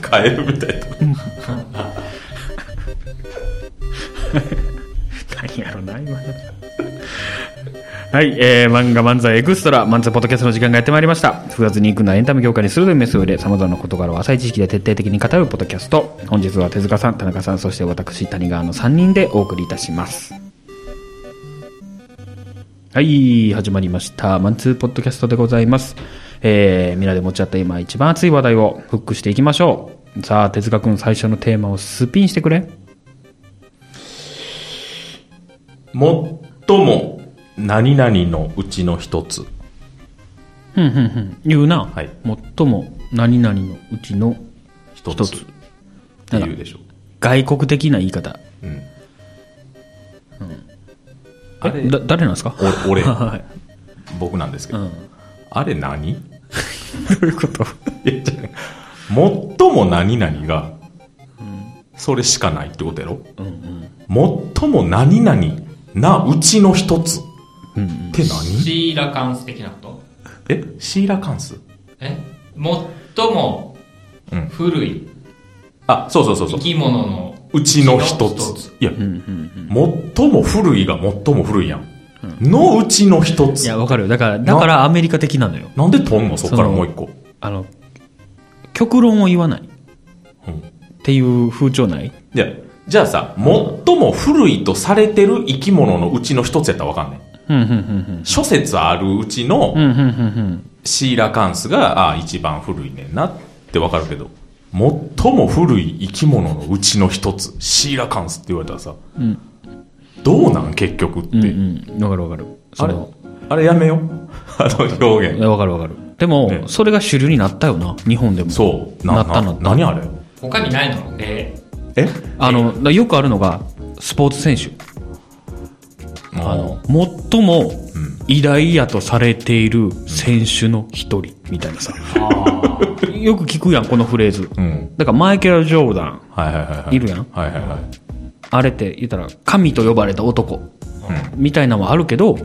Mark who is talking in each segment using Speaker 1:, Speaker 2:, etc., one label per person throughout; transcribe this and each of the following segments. Speaker 1: カエルみたいな
Speaker 2: 何やろな、今の。はい、えー、漫画漫才エクストラ、漫才ポッドキャストの時間がやってまいりました。複雑にいくのはエンタメ業界に鋭いメスを入れ、様々な事柄を浅い知識で徹底的に語るポッドキャスト。本日は手塚さん、田中さん、そして私、谷川の3人でお送りいたします。はい、始まりました。マンツーポッドキャストでございます。えー、皆で持ち合った今一番熱い話題をフックしていきましょう。さあ、手塚くん最初のテーマをスピンしてくれ。
Speaker 1: 最も何々のうちの一つ
Speaker 2: ふんふんふん言うな、
Speaker 1: はい
Speaker 2: 最も何々のうちの
Speaker 1: 一
Speaker 2: 一
Speaker 1: つ
Speaker 2: つ
Speaker 1: っていうでしょ
Speaker 2: 外国的な言い方
Speaker 1: う、うん、
Speaker 2: え
Speaker 1: あれ
Speaker 2: だ誰なんですか
Speaker 1: お俺
Speaker 2: はい
Speaker 1: 僕なんですけ
Speaker 2: う
Speaker 1: ど、
Speaker 2: ん、ど
Speaker 1: あれ何いう
Speaker 2: いうこと
Speaker 1: やじゃあ最も何々がそれしかないってことやろ、最も何々なうちの一つって何
Speaker 3: シーラカンス的なこと
Speaker 1: えシーラカンス
Speaker 3: え最も
Speaker 1: うん
Speaker 3: 古い
Speaker 1: あそうそうそうそ
Speaker 3: 生
Speaker 1: う
Speaker 3: き物の
Speaker 1: うちの一
Speaker 3: うちの一
Speaker 1: ついや、最も古いが最も古いやん、のうちの一
Speaker 2: い
Speaker 1: つ
Speaker 2: やわかるよだからだからアメリカ的なのよ
Speaker 1: なんでとんのそっからもう一個
Speaker 2: あの極論を言わないっ
Speaker 1: うん
Speaker 2: ていう風潮ない
Speaker 1: いやじゃあさ、最も古いとされてる生き物のうちの一つやったらわかんない。
Speaker 2: うんうんうん
Speaker 1: 諸説あるうちの
Speaker 2: うんうんうんうん
Speaker 1: シーラカンスが、ああ、一番古いねんなってわかるけど、最も古い生き物のうちの一つ、シーラカンスって言われたらさ、
Speaker 2: ん
Speaker 1: どうなん結局って。
Speaker 2: うんうんわかるわかる
Speaker 1: あれ
Speaker 2: の
Speaker 1: あれやめよう。 あの表
Speaker 2: い
Speaker 1: 現。
Speaker 2: やわかるわかるでも、
Speaker 1: ね
Speaker 2: それが主流になったよな日本でも
Speaker 1: そう。
Speaker 2: なったなった
Speaker 1: 何あれ
Speaker 3: 他にないので
Speaker 1: え
Speaker 2: あのだからよくあるのがスポーツ選手あの、最も偉大やとされている選手の一人みたいなさ。 よく聞くやん、このフレーズ。
Speaker 1: うん。
Speaker 2: だからマイケル・ジョーダン、
Speaker 1: はいはいはいはい。
Speaker 2: いるやん
Speaker 1: はいはいはい。
Speaker 2: あれって言ったら、神と呼ばれた男、みたいなのはあるけど、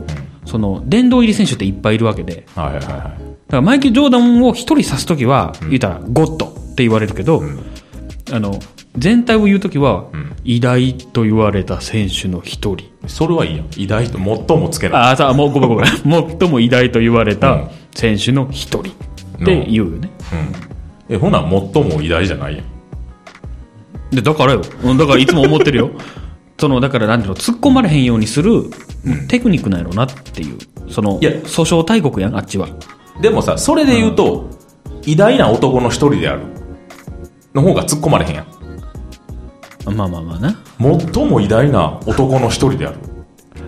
Speaker 2: その、殿堂入り選手っていっぱいいるわけで、
Speaker 1: はいはいはいはい。
Speaker 2: だからマイケル・ジョーダンを一人指すときは、言ったら、ゴッドって言われるけど、あの、全体を言うときは、偉大と言われた選手の一人。
Speaker 1: それはいいやん。偉大と最もつけない。
Speaker 2: ああ、さあ、もうごめんごめ ん。最も偉大と言われた選手の一人って言うよね。
Speaker 1: え、ほな、最も偉大じゃないやん。
Speaker 2: で、だからよ。うんだからいつも思ってる よ。その、だからなんていうの、突っ込まれへんようにするテクニックなんやろなっていう。その、
Speaker 1: いや
Speaker 2: 訴訟大国やん、あっちは。
Speaker 1: でもさ、それで言うと、偉大な男の一人である。の方が突っ込まれへんやん。
Speaker 2: まあまあまあな。
Speaker 1: 最も偉大な男の一人である。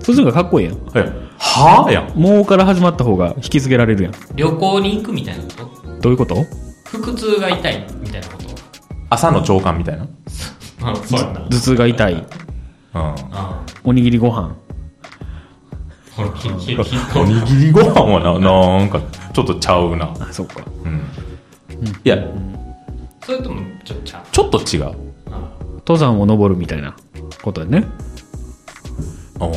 Speaker 2: そうするのがかっこいいやん。
Speaker 1: えはぁやん。
Speaker 2: もうから始まった方が引き継げられるやん。
Speaker 3: 旅行に行くみたいなこと
Speaker 2: どういうこと
Speaker 3: 腹痛が痛いみたいなこと
Speaker 1: 朝の朝刊みたいな。うん。
Speaker 3: あ そうやな
Speaker 2: 頭痛が痛い。
Speaker 3: あ
Speaker 2: おにぎりご飯。
Speaker 3: ほらひひひ
Speaker 1: おにぎりご飯はな、なんか、ちょっとちゃうな。
Speaker 2: あ、そっか。
Speaker 1: いや、
Speaker 3: それともちょっとちゃう
Speaker 1: ちょっと違う。
Speaker 2: 登山を登るみたいなことやね。
Speaker 1: うん。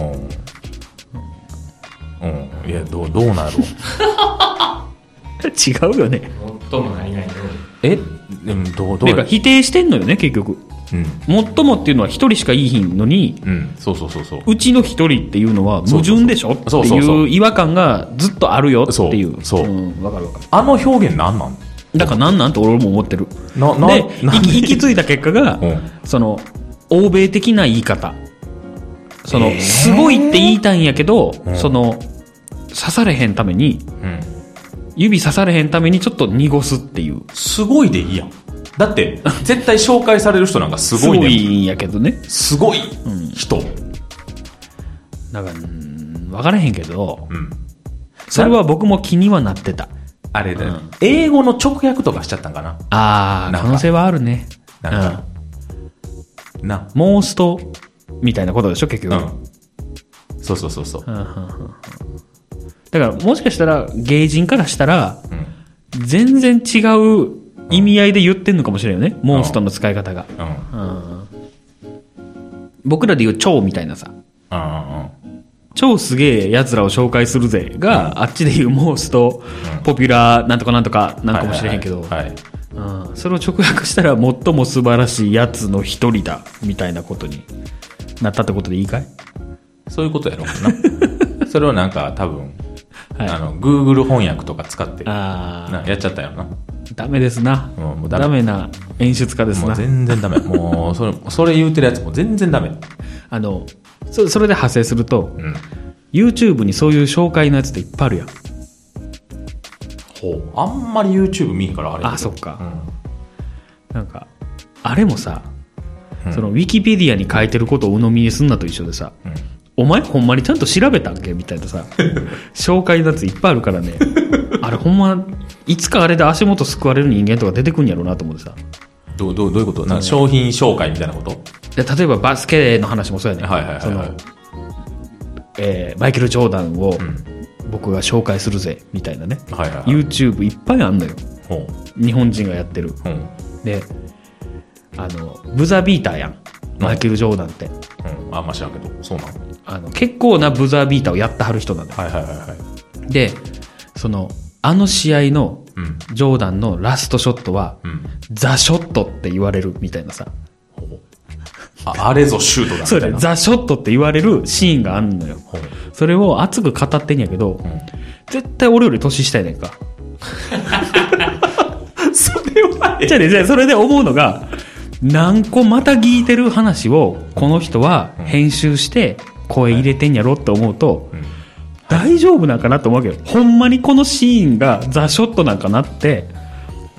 Speaker 1: うん。いや、どう、どうなる
Speaker 2: 違うよね。
Speaker 3: 最も何々の
Speaker 1: えでも、どう、どう
Speaker 2: てか、否定してんのよね、結局。
Speaker 1: うん。
Speaker 2: 最もっていうのは一人しかいいひんのに、
Speaker 1: うん。そうそうそうそう。
Speaker 2: うちの一人っていうのは矛盾でしょって
Speaker 1: そうそうそうそうそう
Speaker 2: い
Speaker 1: そう
Speaker 2: 違和感がずっとあるよっていう。
Speaker 1: そうそうん
Speaker 2: わかるわかる。
Speaker 1: あの表現なんなん
Speaker 2: だからなんなんと俺も思ってる。
Speaker 1: な、な、
Speaker 2: で、
Speaker 1: なん
Speaker 2: 行き行き着いた結果が、
Speaker 1: うん
Speaker 2: その、欧米的な言い方。その、すごいって言いたいんやけど、その、刺されへんために、
Speaker 1: うん。
Speaker 2: 指刺されへんためにちょっと濁すっていう。
Speaker 1: すごいでいいやん。だって、絶対紹介される人なんかす
Speaker 2: す
Speaker 1: ご
Speaker 2: ご
Speaker 1: いね。
Speaker 2: いんやけどね。
Speaker 1: すごい人。
Speaker 2: だから、うんわからへんけど、
Speaker 1: うん。
Speaker 2: それは僕も気にはなってた。
Speaker 1: あれだよ。英語の直訳とかしちゃったんかな。
Speaker 2: ああ、
Speaker 1: なん
Speaker 2: 可
Speaker 1: か
Speaker 2: 能性はあるね。
Speaker 1: なんかな。
Speaker 2: うん。モーストみたいなことでしょ、結
Speaker 1: う
Speaker 2: 局。うん
Speaker 1: ん。そうそうそうそう。
Speaker 2: うんうんうんだから、もしかしたら、芸人からしたら、
Speaker 1: うん。
Speaker 2: 全然違う意味合いで言ってんのかもしれんよね。モンストの使い方が。
Speaker 1: うん。うん
Speaker 2: 僕らで言う蝶みたいなさ。
Speaker 1: うんうん。
Speaker 2: 超すげえ奴らを紹介するぜが、あっちで言うモースト、ポピュラー、なんとかなんとかなんかもしれへんけど、
Speaker 1: はいはいはい。
Speaker 2: うん、それを直訳したら最も素晴らしいやつの一人だみたいなことになったってことでいいかい
Speaker 1: そういうことやろう な。それをなんか多分、
Speaker 2: はい
Speaker 1: あの、Google 翻訳とか使って、な
Speaker 2: あ
Speaker 1: やっちゃったよな。
Speaker 2: あダメですな、
Speaker 1: うんもうダメ
Speaker 2: ダメな演出家です
Speaker 1: もう
Speaker 2: な
Speaker 1: 全然ダメ。もう、それ、それ言うてるやつも全然ダメ。
Speaker 2: あのそそれで派生すると
Speaker 1: うん。
Speaker 2: YouTube にそういう紹介のやつっていっぱいあるやん
Speaker 1: ほう。あんまり YouTube 見んから、あれ。
Speaker 2: あそっ
Speaker 1: う
Speaker 2: か
Speaker 1: ん。
Speaker 2: なんかあれもさ、
Speaker 1: うん
Speaker 2: そのウィキペディアに書いてることを鵜呑みにすんなと一緒でさ、
Speaker 1: うん
Speaker 2: お前ほんまにちゃんと調べたっけみたいな さ紹介のやついっぱいあるからねあれほんまいつかあれで足元すくわれる人間とか出てくんやろうなと思ってさ
Speaker 1: どう、どう、どういうことな商品紹介みたいなこと
Speaker 2: で例えばバスケの話もそうやね、
Speaker 1: はいはいはいはい
Speaker 2: そのえーマイケル・ジョーダンを
Speaker 1: ん
Speaker 2: 僕が紹介するぜみたいなね、
Speaker 1: はいはいはい。
Speaker 2: YouTube いっぱいあんのよ
Speaker 1: ほう。
Speaker 2: 日本人がやってる
Speaker 1: うん。うん。
Speaker 2: であのブザービーターやんマイケル・ジョーダンって、
Speaker 1: あんま知らんけど。そうなのは
Speaker 2: あの結構なブザービーターをやってはる人なんだよ
Speaker 1: いはいはいはい。
Speaker 2: でそのあの試合の
Speaker 1: うん。
Speaker 2: ジョーダンのラストショットは、
Speaker 1: うん。
Speaker 2: ザショットって言われるみたいなさ
Speaker 1: ほう。あ、あれぞシュートだみた
Speaker 2: そ
Speaker 1: いうな。
Speaker 2: だよザショットって言われるシーンがあんのよ
Speaker 1: ほう。
Speaker 2: それを熱く語ってんやけど、絶対俺より年下やねん か
Speaker 1: それは
Speaker 2: じゃあねじゃあそれで思うのが何個また聞いてる話をこの人は編集して声入れてんやろって思うと、
Speaker 1: ん
Speaker 2: 大丈夫なんかなって思うわけどほんまにこのシーンがザショットなんかなって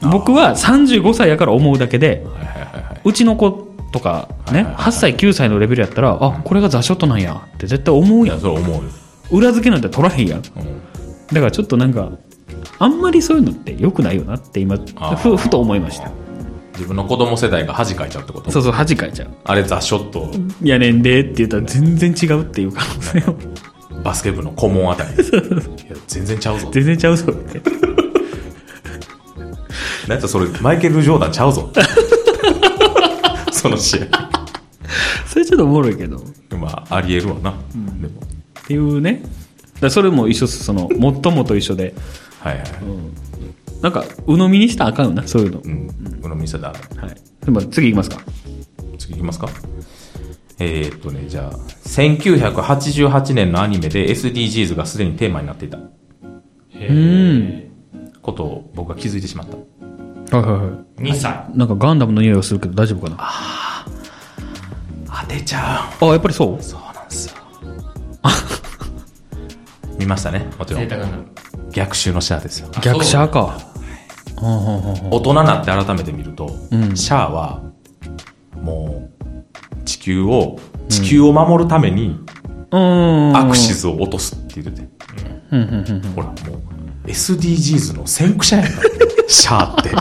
Speaker 2: 僕は35歳やから思うだけで
Speaker 1: はいはいはいは
Speaker 2: うちの子とかね8歳9歳のレベルやったらあこれがザショットなんやって絶対思う
Speaker 1: い。い
Speaker 2: や
Speaker 1: や、
Speaker 2: ん
Speaker 1: それ思うよ。
Speaker 2: 裏付けなんて取らへんやんだ
Speaker 1: うん。
Speaker 2: からちょっとなんかあんまりそういうのって良くないよなって今
Speaker 1: あー
Speaker 2: ふふと思いました
Speaker 1: 自分の子供世代が恥かいちゃうってこと
Speaker 2: そうそう恥かいちゃう
Speaker 1: あれザ・ショット
Speaker 2: やねんでって言ったら全然違うっていう可能性を
Speaker 1: バスケ部の顧問あたり いや全然ちゃうぞ
Speaker 2: 全然ちゃうぞって
Speaker 1: なんかそれマイケル・ジョーダンちゃう ぞその試合
Speaker 2: それちょっとおもろいけどっ
Speaker 1: まあありえるわな、でも
Speaker 2: ていうねだからそれも一緒っすそのもっともと一緒で
Speaker 1: はいはい、
Speaker 2: なんか鵜呑みにしたらあかんよなそういうの、
Speaker 1: うんこの店だ
Speaker 2: はいでも次いきますか
Speaker 1: 次いきますかえー、っとねじゃあ1988年のアニメで SDGs がすでにテーマになっていた
Speaker 3: へー
Speaker 1: ことを僕は気づいてしまった
Speaker 2: はいはいは
Speaker 3: 2歳。
Speaker 2: いなんかガンダムの匂いがするけど大丈夫かなあ
Speaker 1: 当てちゃ
Speaker 2: やっぱりそう
Speaker 1: うそうなんですよ見ましたねもちろ
Speaker 3: 贅
Speaker 1: ん
Speaker 3: 沢な。
Speaker 1: 逆襲のシャアですよ
Speaker 2: 逆シャアかはんはんはんはん
Speaker 1: 大人になって改めて見ると、
Speaker 2: うん
Speaker 1: シャアはもう地球を地球を守るために
Speaker 2: うーん
Speaker 1: アクシズを落とすって言ってて、
Speaker 2: うんうんうんうん
Speaker 1: ほらもう SDGs の先駆者やんかシャアって
Speaker 2: は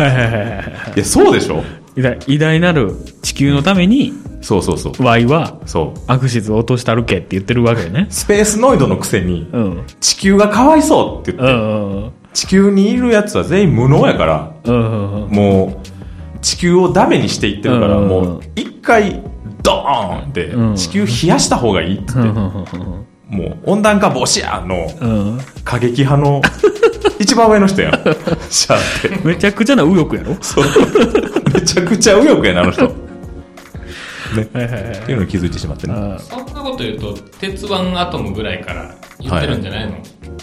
Speaker 2: いはいはいはいはい
Speaker 1: いやそうでしょ
Speaker 2: 偉大偉大なる地球のために
Speaker 1: そうそうそう
Speaker 2: Y は
Speaker 1: そう
Speaker 2: アクシズを落としたるけって言ってるわけよね。
Speaker 1: スペースノイドのくせに
Speaker 2: うん。
Speaker 1: 地球がかわいそうって言
Speaker 2: う
Speaker 1: って、
Speaker 2: ん。うん。
Speaker 1: 地球にいるやつは全員無能やから
Speaker 2: うん。
Speaker 1: もう地球をダメにしていってるから、
Speaker 2: うん
Speaker 1: もう一回ドーンって
Speaker 2: うん
Speaker 1: 地球冷やした方がいいって言って、もう温暖化防止やの
Speaker 2: うん。
Speaker 1: 過激派 の一番上の人やん。シャアって。
Speaker 2: めちゃくちゃな右翼やろ
Speaker 1: そう。めちゃくちゃ右翼やな、あの人。ね。
Speaker 2: はいはいはい
Speaker 1: っていうのに気づいてしまってね。
Speaker 2: あ
Speaker 3: そんなこと言うと、鉄腕アトムぐらいから言ってるんじゃないの、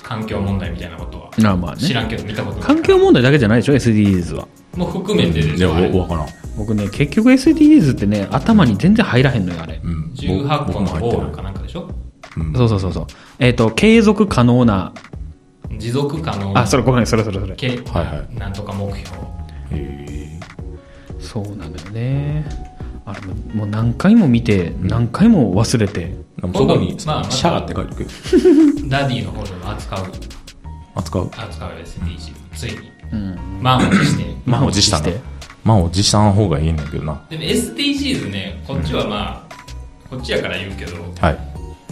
Speaker 3: 環境問題みたいなことは。
Speaker 2: ー。まあまあ
Speaker 3: 知
Speaker 2: ね。
Speaker 3: らんけど見たことない。
Speaker 2: 環境問題だけじゃないでしょ ?SDGs は。
Speaker 3: も含めてで
Speaker 1: い
Speaker 3: す
Speaker 1: や、
Speaker 3: よ。あれ
Speaker 1: わわからん。
Speaker 2: 僕ね、結局 SDGs ってね、頭に全然入らへんのよ、あれ。
Speaker 1: うん。
Speaker 3: 18個
Speaker 1: 僕も
Speaker 3: の
Speaker 1: 入っ
Speaker 3: ゴ
Speaker 1: て
Speaker 3: ー
Speaker 1: な
Speaker 3: ル
Speaker 1: い
Speaker 3: かなんかでしょ
Speaker 2: そうそうそうそう。えっ、と、継続可能な、
Speaker 3: 持続可能
Speaker 2: あ、それごめん、それそれそれ。
Speaker 3: け
Speaker 1: はいはい
Speaker 3: なんとか目標。
Speaker 1: へ
Speaker 2: そうなんだよね。あれも、もう何回も見て、何回も忘れて。
Speaker 1: え。でもそこに、シ
Speaker 3: まあまた
Speaker 1: ャアって書いてくる。
Speaker 3: ダディの方でも扱う、
Speaker 1: 扱う
Speaker 3: 扱う SDG、ついに。
Speaker 2: うん。
Speaker 3: 満を持して。
Speaker 1: 満を持したな
Speaker 2: して。
Speaker 1: 満を持した方がいいねんだけどな。
Speaker 3: でも SDGs ね、こっちはまあ、こっちやから言うけど、
Speaker 1: はい。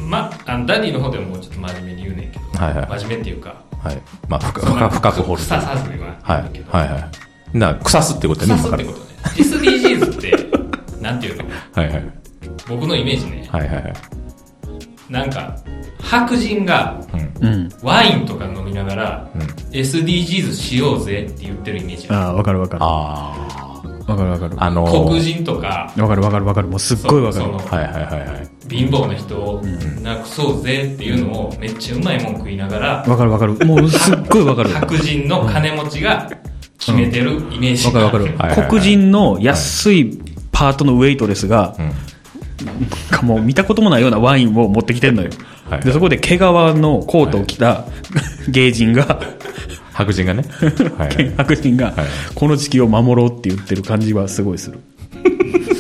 Speaker 3: ま、あのダディの方でももうちょっと真面目に言うねんけど、
Speaker 1: はいはい
Speaker 3: 真面目っていうか、
Speaker 1: はい。まあ、深深深く掘る。
Speaker 3: 腐
Speaker 1: は
Speaker 3: さずには言わな
Speaker 1: い
Speaker 3: いけ。ど、
Speaker 1: はいはい。な、腐すってことやね、
Speaker 3: 腐すってことね。SDGs って、なんていうの
Speaker 1: ら。はいはい。
Speaker 3: 僕のイメージね、
Speaker 1: はいはいはい。
Speaker 3: なんか、白人が
Speaker 1: うん。
Speaker 2: うん。
Speaker 3: ワインとか飲みながら、
Speaker 1: うん
Speaker 3: SDGs しようぜって言ってるイメージある
Speaker 2: ああ、わかるわかる。わ
Speaker 1: あ
Speaker 2: かるわかる。
Speaker 1: あ。あのー
Speaker 3: 黒人とか、
Speaker 2: わかるわかるわかる。もうすっごいわかる
Speaker 3: そ。の
Speaker 1: はいはいはいはい。
Speaker 3: 貧乏な人をなくそうぜっていうのをめっちゃうまいもん食いながら、
Speaker 2: わかるわかる。もうすっごいわかる。わ
Speaker 3: 白人の金持ちが決めてるイメージ
Speaker 2: かるわかる
Speaker 1: はいはいは。い
Speaker 2: 黒人の安いパートのウェイトレスが、
Speaker 1: うん。
Speaker 2: なんかもう見たこともないようなワインを持ってきてんのよ
Speaker 1: はいは。い
Speaker 2: で、そこで毛皮のコートを着た芸人が、
Speaker 1: 白人がね。はいはい。
Speaker 2: 白人が
Speaker 1: はい、
Speaker 2: この地球を守ろうって言ってる感じはすごいする。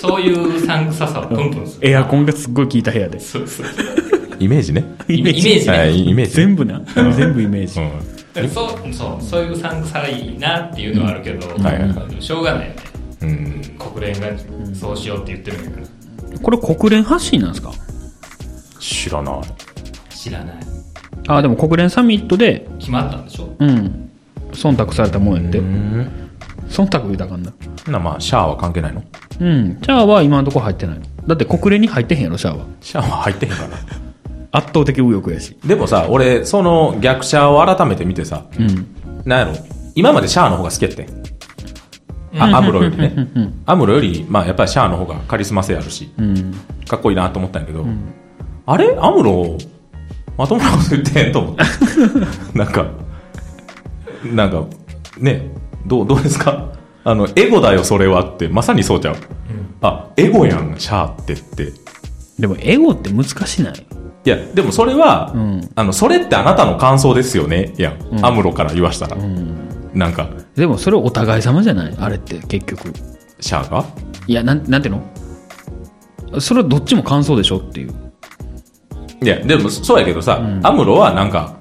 Speaker 3: そういううさんくささをプンプンする。
Speaker 2: エアコンがすっごい効いた部屋で。
Speaker 3: そうそう
Speaker 1: イメージね。
Speaker 3: イメージね
Speaker 1: はい、イメージ。
Speaker 2: 全部な。全部イメージ。
Speaker 1: うん。
Speaker 3: そうそうそういううさんくさいなっていうのはあるけど、
Speaker 1: はいは
Speaker 3: しょうがないよね
Speaker 1: うん。
Speaker 3: 国連がそうしようって言ってるんやから
Speaker 2: これ国連発信なんですか
Speaker 1: 知らない。
Speaker 3: 知らない
Speaker 2: ああ、でも国連サミットで、
Speaker 3: 決まったんでしょ
Speaker 2: うん。忖度されたもんやって。
Speaker 1: うん。
Speaker 2: 忖度言うたらあかんな。
Speaker 1: な、まあ、シャアは関係ないの
Speaker 2: うん。シャアは今のとこ入ってないの。だって国連に入ってへんやろ、シャアは。
Speaker 1: シャアは入ってへんから。
Speaker 2: 圧倒的右翼やし。
Speaker 1: でもさ、俺、その逆シャアを改めて見てさ、
Speaker 2: うん。
Speaker 1: なんやろ、今までシャアの方が好きやってん。あ、アムロよりね。アムロより、まあ、やっぱりシャアの方がカリスマ性あるし、
Speaker 2: うん。
Speaker 1: かっこいいなと思ったんやけど、あれアムロ、まともなこと言ってんと思って。 なんか、なんか、ね、どう、どうですかあの、エゴだよ、それはって、まさにそうちゃう。あ、エゴやん、シャアってって。い
Speaker 2: でも、エゴって難しない。
Speaker 1: や、でもそれは、
Speaker 2: うん
Speaker 1: あの、それってあなたの感想ですよね、やん。
Speaker 2: ん
Speaker 1: アムロから言わしたら。
Speaker 2: うん。
Speaker 1: なんか、
Speaker 2: でも、それお互い様じゃないあれって、結局。
Speaker 1: シャアが
Speaker 2: いや、なん、なんていうのそれはどっちも感想でしょっていう。
Speaker 1: いや、でも、そうやけどさ、アムロはなんか、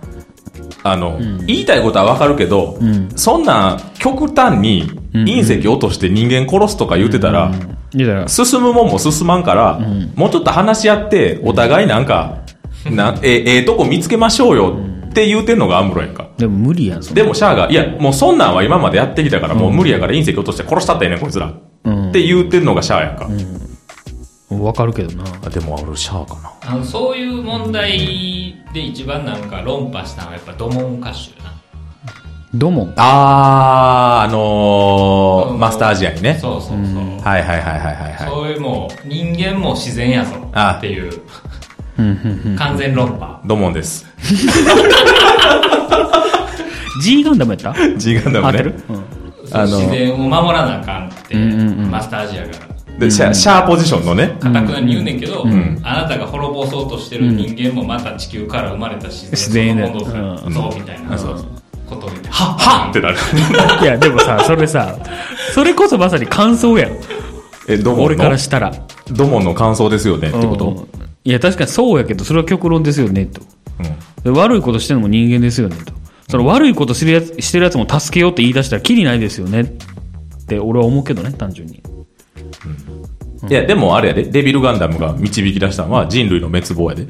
Speaker 1: あの、言いたいことはわかるけど、
Speaker 2: ん
Speaker 1: そんな極端に隕石落として人間殺すとか言ってたら、
Speaker 2: いや、だから、
Speaker 1: 進むもんも進まんから、もうちょっと話し合って、お互いなんか、なえええとこ見つけましょうよって言うてんのがアムロやんか。
Speaker 2: でも無理やん、そんな
Speaker 1: でもシャアが、いや、もうそんなんは今までやってきたから、もう無理やから隕石落として殺したったよねん、こいつら。って言うてんのがシャアやんか。
Speaker 2: うん。わかるけどな。
Speaker 1: あでも俺シャアかな。
Speaker 3: あのそういう問題で一番なんか論破したのはやっぱドモン歌手やな
Speaker 2: ども。
Speaker 1: あー、あのー
Speaker 3: うん
Speaker 1: マスターアジアにね。
Speaker 3: そうそうそう、
Speaker 1: はいはいはいはいはいはい。
Speaker 3: そういうもう人間も自然やぞ
Speaker 1: あ
Speaker 3: っていう
Speaker 2: うんうんうん
Speaker 3: 完全論破
Speaker 1: ドモン です。
Speaker 2: G ガンダムやった
Speaker 1: G ガンダム
Speaker 2: 合ってる
Speaker 1: ね。
Speaker 2: うん
Speaker 1: あの
Speaker 3: 自然を守らなあかんって
Speaker 2: うんうんうん
Speaker 3: マスターアジアが
Speaker 1: で、シャシャーポジションのね。
Speaker 3: かたくなに言うねんけど、
Speaker 1: ん
Speaker 3: あなたが滅ぼそうとしてる人間もまた地球から生まれた自然を
Speaker 2: 自然や
Speaker 3: そうそうみたいな、
Speaker 1: そう
Speaker 3: ことを言って
Speaker 1: はっはっってなる。
Speaker 2: いや、でもさ、それさ、それこそまさに感想やん。
Speaker 1: え、ドモ
Speaker 2: 俺
Speaker 1: ン
Speaker 2: か
Speaker 1: の
Speaker 2: ら、したら。っ
Speaker 1: ドモンの感想ですよねってこと
Speaker 2: いや、確かにそうやけど、それは極論ですよね、と。
Speaker 1: うん。
Speaker 2: で悪いことしてるのも人間ですよね、と。その悪いことしてるやつしてるやつも助けようって言い出したら、きりないですよね。って俺は思うけどね、単 純に。
Speaker 1: いや、でもあれやで、デビルガンダムが導き出したのは人類の滅亡やで。
Speaker 2: い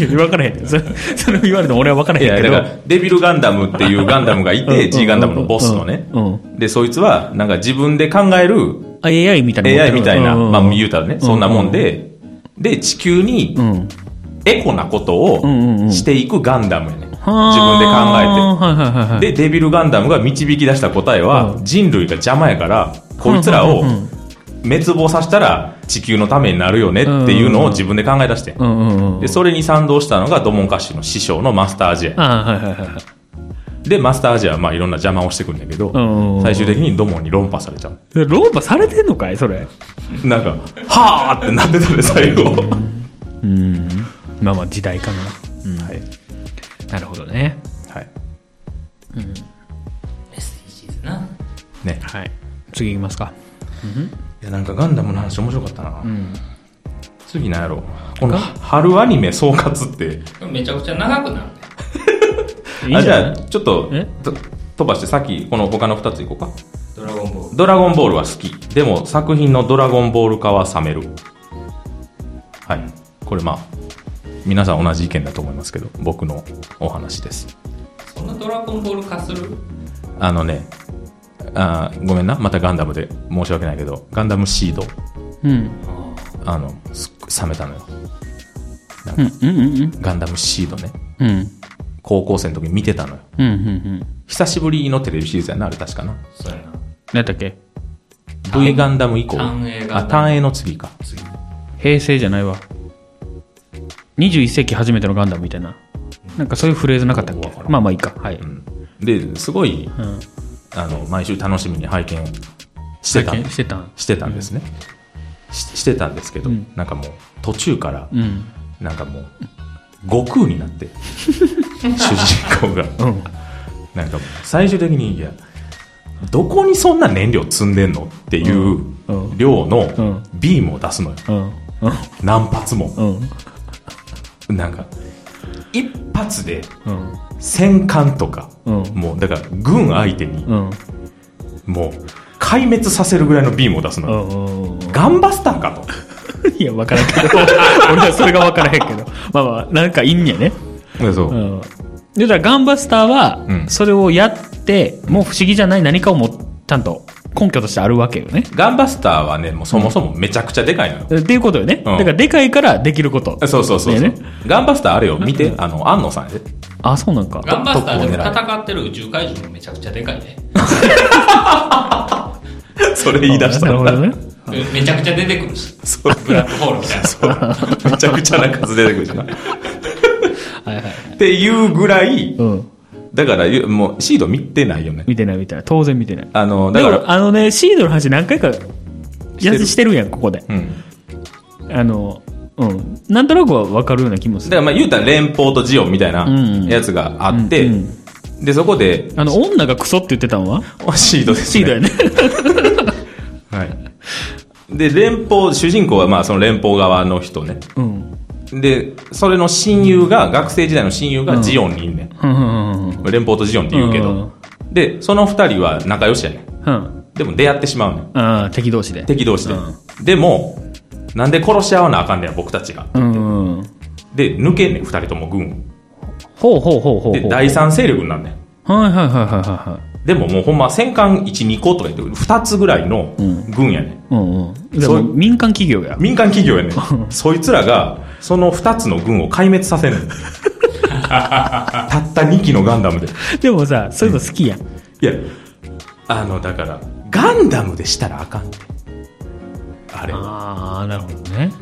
Speaker 2: や、分からへ ん。それ、それ言われても俺は分から
Speaker 1: い
Speaker 2: へん
Speaker 1: や、
Speaker 2: け
Speaker 1: だ
Speaker 2: ど。
Speaker 1: から、デビルガンダムっていうガンダムがい
Speaker 2: う
Speaker 1: て、
Speaker 2: ん
Speaker 1: G ガンダムのボスのね
Speaker 2: うんう。
Speaker 1: で、そいつは、なんか自分で考える
Speaker 2: あ AI みたいな。
Speaker 1: AI みたいな、
Speaker 2: うんうんうん
Speaker 1: まあ言うたらね、そんなもんで、で、地球に
Speaker 2: うん。
Speaker 1: エコなこと
Speaker 2: んうんう
Speaker 1: を
Speaker 2: ん
Speaker 1: していくガンダムやね。自
Speaker 2: は
Speaker 1: 分で考えて。
Speaker 2: ーはいはいはいはい。
Speaker 1: で、デビルガンダムが導き出した答えは、
Speaker 2: う
Speaker 1: 人類が邪魔やから、こいつらを
Speaker 2: うんうん
Speaker 1: 滅亡させたら地球のためになるよねっていうのを自分で考え出して。
Speaker 2: うんうんうん。
Speaker 1: で、それに賛同したのがドモンカッシュの師匠のマスターアジア。
Speaker 2: ああ、はいはいはいはい。
Speaker 1: で、マスターアジアはまあいろんな邪魔をしてくんだけど
Speaker 2: うんうん、
Speaker 1: 最終的にドモンに論破されちゃう。
Speaker 2: で論破されてんのかいそれ。
Speaker 1: なんか、はーってなってたね、最後。
Speaker 2: うん。まあまあ時代かな。
Speaker 1: はい。
Speaker 2: なるほどね。
Speaker 1: はい。
Speaker 3: SDGs な
Speaker 1: ね。
Speaker 2: はい。次いきますか。
Speaker 1: いや、なんかガンダムの話面白かったな。次なんやろ。この春アニメ総括って、
Speaker 3: でもめちゃくちゃ長くなるね
Speaker 2: いい
Speaker 1: あ
Speaker 2: ん
Speaker 1: じ
Speaker 2: じゃ
Speaker 1: ゃ
Speaker 2: な
Speaker 1: あ
Speaker 2: い
Speaker 1: ちょっと
Speaker 2: え
Speaker 1: と飛ばしてさっきこの他の2ついこうか
Speaker 3: ドラゴンボ
Speaker 1: 「
Speaker 3: ー
Speaker 1: ドラゴンボール」は好きでも作品の「ドラゴンボール」化は冷めるはいこれまあ皆さん同じ意見だと思いますけど僕のお話です
Speaker 3: ルそんなドラゴンボール化する
Speaker 1: あのねあーごめんなまたガンダムで申し訳ないけどガンダムシード
Speaker 2: うん。
Speaker 1: あのすっごい冷めたのよなん
Speaker 2: う
Speaker 1: か
Speaker 2: んうんうん
Speaker 1: ガンダムシードね。
Speaker 2: うんうん
Speaker 1: 高校生の時に見てたのよ。
Speaker 2: うんうんうん
Speaker 1: 久しぶりのテレビシリーズやな、あれ確かな。
Speaker 3: そうやな。
Speaker 2: 何だっけ
Speaker 1: V ガンダム以降。
Speaker 3: 単影ガンダム
Speaker 1: あ、単影の次か。
Speaker 3: 次。
Speaker 2: 平成じゃないわ21世紀初めてのガンダムみたいななんかそういうフレーズなかったっけまあまあいいかはい、
Speaker 1: うんで、すごい、
Speaker 2: うん、
Speaker 1: あの、毎週楽しみに拝見してた
Speaker 2: 拝見してたん
Speaker 1: してたんですね。ししてたんですけど、
Speaker 2: うん
Speaker 1: なんかもう途中から、
Speaker 2: うん
Speaker 1: なんかもう、悟空になって、 主人公が。
Speaker 2: うん
Speaker 1: なんかもう最終的に、いや、どこにそんな燃料積んでんのっていう
Speaker 2: うん
Speaker 1: 量
Speaker 2: う
Speaker 1: の
Speaker 2: ん
Speaker 1: ビームを出すのよ。
Speaker 2: うん
Speaker 1: 何発も。
Speaker 2: うんうん
Speaker 1: なんか、一発で
Speaker 2: うん
Speaker 1: 戦艦とか、
Speaker 2: うん
Speaker 1: もうだから軍相手に、
Speaker 2: うん
Speaker 1: もう壊滅させるぐらいのビームを出すの
Speaker 2: う
Speaker 1: よ。
Speaker 2: んうん
Speaker 1: ガンバスターかと
Speaker 2: いや分からんけど俺はそれが分からへんけどまあまあなんかいいんやね。
Speaker 1: でそうう。
Speaker 2: んでだからガンバスター
Speaker 1: う
Speaker 2: は
Speaker 1: ん
Speaker 2: それをやって、もう不思議じゃない何かをもちゃんと根拠としてあるわけよね
Speaker 1: ガンバスターはね、もうそもそもめちゃくちゃでかいのよ。
Speaker 2: っていうことよね、
Speaker 1: うん
Speaker 2: だからでかいからできること
Speaker 1: そうそうそうそう、
Speaker 2: だよね
Speaker 1: ガンバスターあれよ、見て、あの、安野さんやで。
Speaker 2: あそうなんか
Speaker 3: ガンバスターでも戦ってる宇宙怪獣もめちゃくちゃでかいね。
Speaker 1: それ言い出した
Speaker 2: なるほ
Speaker 1: んだ
Speaker 2: どね
Speaker 3: でめちゃくちゃ出てくるし。
Speaker 1: そう。
Speaker 3: ブラックホールみたいな。
Speaker 1: そうめちゃくちゃな数出てくるじゃん。っ
Speaker 2: はいはい
Speaker 1: ていうぐらい、
Speaker 2: うん
Speaker 1: だからゆ、もう、シード見てないよね。
Speaker 2: 見てない見てない当然見てない
Speaker 1: あの、だ
Speaker 2: だ
Speaker 1: か、
Speaker 2: かららあのねシードの話何回か
Speaker 1: て
Speaker 2: や
Speaker 1: る
Speaker 2: つしてるやんここで
Speaker 1: うん。
Speaker 2: あのうんなんとなくは分かるような気もす
Speaker 1: だから、
Speaker 2: る
Speaker 1: まあ、言うたら、連邦とジオンみたいな
Speaker 2: うん
Speaker 1: やつがあって、
Speaker 2: うん
Speaker 1: で、そこで、
Speaker 2: あの女がクソって言ってたんは
Speaker 1: シードです、ね。
Speaker 2: シードやね
Speaker 1: はい。で、連邦、主人公は、まあ、その連邦側の人ね。
Speaker 2: うん
Speaker 1: で、それの親友が、学生時代の親友がジオンにいんねん。
Speaker 2: うんうんうんうん
Speaker 1: 連邦とジオンって言うけど。で、その二人は仲良しやねん。
Speaker 2: うん
Speaker 1: でも出会ってしまうねん。
Speaker 2: ああ敵同士で
Speaker 1: 敵同士で、
Speaker 2: う
Speaker 1: でもなんで殺し合わなあかんねや僕たちが
Speaker 2: うんうんうん
Speaker 1: で抜けんねん2人とも軍を
Speaker 2: ほうほうほうほうほう
Speaker 1: で第三勢力になんねん
Speaker 2: はいはいはいはいはいはい
Speaker 1: でももうほんま戦艦12個とか言って2つぐらいの
Speaker 2: うん
Speaker 1: 軍やねん、
Speaker 2: うんうんで
Speaker 1: そ
Speaker 2: も
Speaker 1: う
Speaker 2: 民間企業や
Speaker 1: 民間企業やね んそいつらがその2つの軍を壊滅させんねん たった2機のガンダムで
Speaker 2: でもさそういうの好きやん
Speaker 1: いやあのだからガンダムでしたらあかんってあれ
Speaker 2: ああなるほどね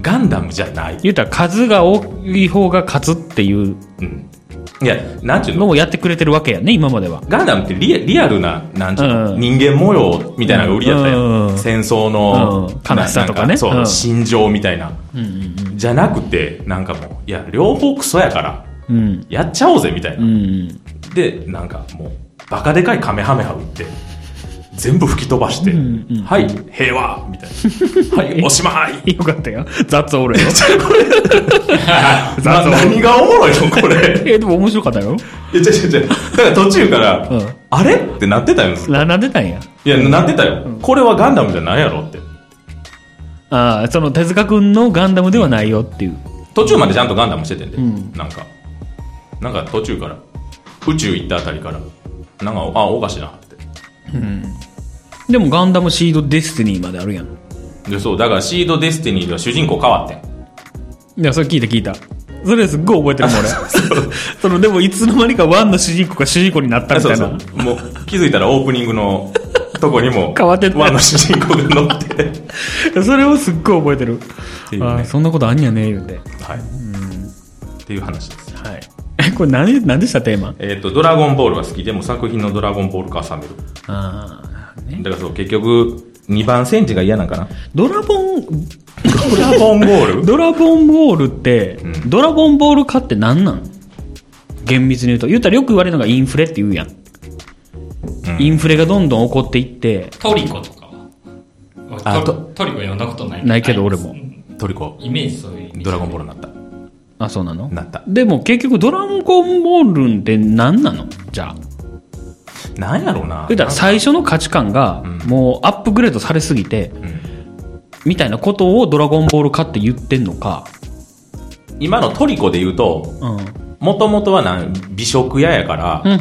Speaker 1: ガンダムじゃない、
Speaker 2: 言うたら数が多い方が勝つっていう
Speaker 1: うん、いやなんていうの
Speaker 2: のをやってくれてるわけやね今までは
Speaker 1: ガンダムってリアリアルな、なんちゅうの、
Speaker 2: うん
Speaker 1: 人間模様みたいなのが売りやったよ。
Speaker 2: うんうん
Speaker 1: 戦争の、
Speaker 2: うん悲しさとかね
Speaker 1: なんそう、
Speaker 2: うん
Speaker 1: 心情みたいな。
Speaker 2: うんうん
Speaker 1: じゃなくて、なんかもう、いや、両方クソやから、
Speaker 2: うん
Speaker 1: やっちゃおうぜみたい
Speaker 2: うんう
Speaker 1: な。
Speaker 2: ん
Speaker 1: で、なんかもう、バカでかいカメハメハ打って、全部吹き飛ばして、
Speaker 2: んうん
Speaker 1: はい、平和みたい な。はい、おしまい
Speaker 2: よかったよ雑おるよ
Speaker 1: な何がおも ろいのこれ。
Speaker 2: えでも面白かったよ
Speaker 1: いや、違う違う違う。だから途中から、
Speaker 2: うん
Speaker 1: あれってなってたよ。ずっと
Speaker 2: ななんでなんや
Speaker 1: いや、なってたよ。これはガンダムじゃないやろって。
Speaker 2: ああその手塚くんのガンダムではないよっていう
Speaker 1: 途中までちゃんとガンダムしててんで、
Speaker 2: ん
Speaker 1: なんかなんか途中から宇宙行ったあたりからなんかあおかしいなって
Speaker 2: でもガンダムシードデスティニーまであるやん
Speaker 1: でそうだからシードデスティニーでは主人公変わってん
Speaker 2: いやそれ聞いた聞いたそれすっごい覚えてるもん俺 そのでもいつの間にかワンの主人公が主人公になったみ
Speaker 1: そ
Speaker 2: た
Speaker 1: う
Speaker 2: い
Speaker 1: そ
Speaker 2: な
Speaker 1: うもう気づいたらオープニングのとこにも
Speaker 2: 変わってた
Speaker 1: ワンの主人公が乗って
Speaker 2: それをすっごい覚えてる
Speaker 1: ていうね
Speaker 2: ああそんなことあんやね言うて
Speaker 1: はいっていう話です
Speaker 2: はいえ これ何何でしたテーマ
Speaker 1: えっ、と、ドラゴンボールが好きでも作品のドラゴンボール化冷める。
Speaker 2: ああね
Speaker 1: だからそう、結局、2番センチが嫌なんかな
Speaker 2: ドラゴン
Speaker 1: ドラゴンボー ル
Speaker 2: ドラゴンボールって、
Speaker 1: うん
Speaker 2: ドラゴンボール化って何なん厳密に言うと言ったらよく言われるのがインフレって言うやん、
Speaker 1: うん
Speaker 2: インフレがどんどん起こっていって
Speaker 3: トリコとかは俺
Speaker 1: あ
Speaker 3: ト
Speaker 1: と
Speaker 3: トリコ読んだことない
Speaker 2: ないけど俺も
Speaker 1: トリコ、
Speaker 3: イメージそういうイメージ
Speaker 1: ドラゴンボールになった。
Speaker 2: あそうなの
Speaker 1: なった
Speaker 2: でも結局ドラゴンボールって何なのじゃあ
Speaker 1: なんやろうな
Speaker 2: 言うたら最初の価値観が
Speaker 1: うん
Speaker 2: もうアップグレードされすぎて、
Speaker 1: うん
Speaker 2: みたいなことをドラゴンボール化って言ってんのか
Speaker 1: 今のトリコで言うと、
Speaker 2: うん
Speaker 1: もともとはなん美食屋やから、
Speaker 2: うんう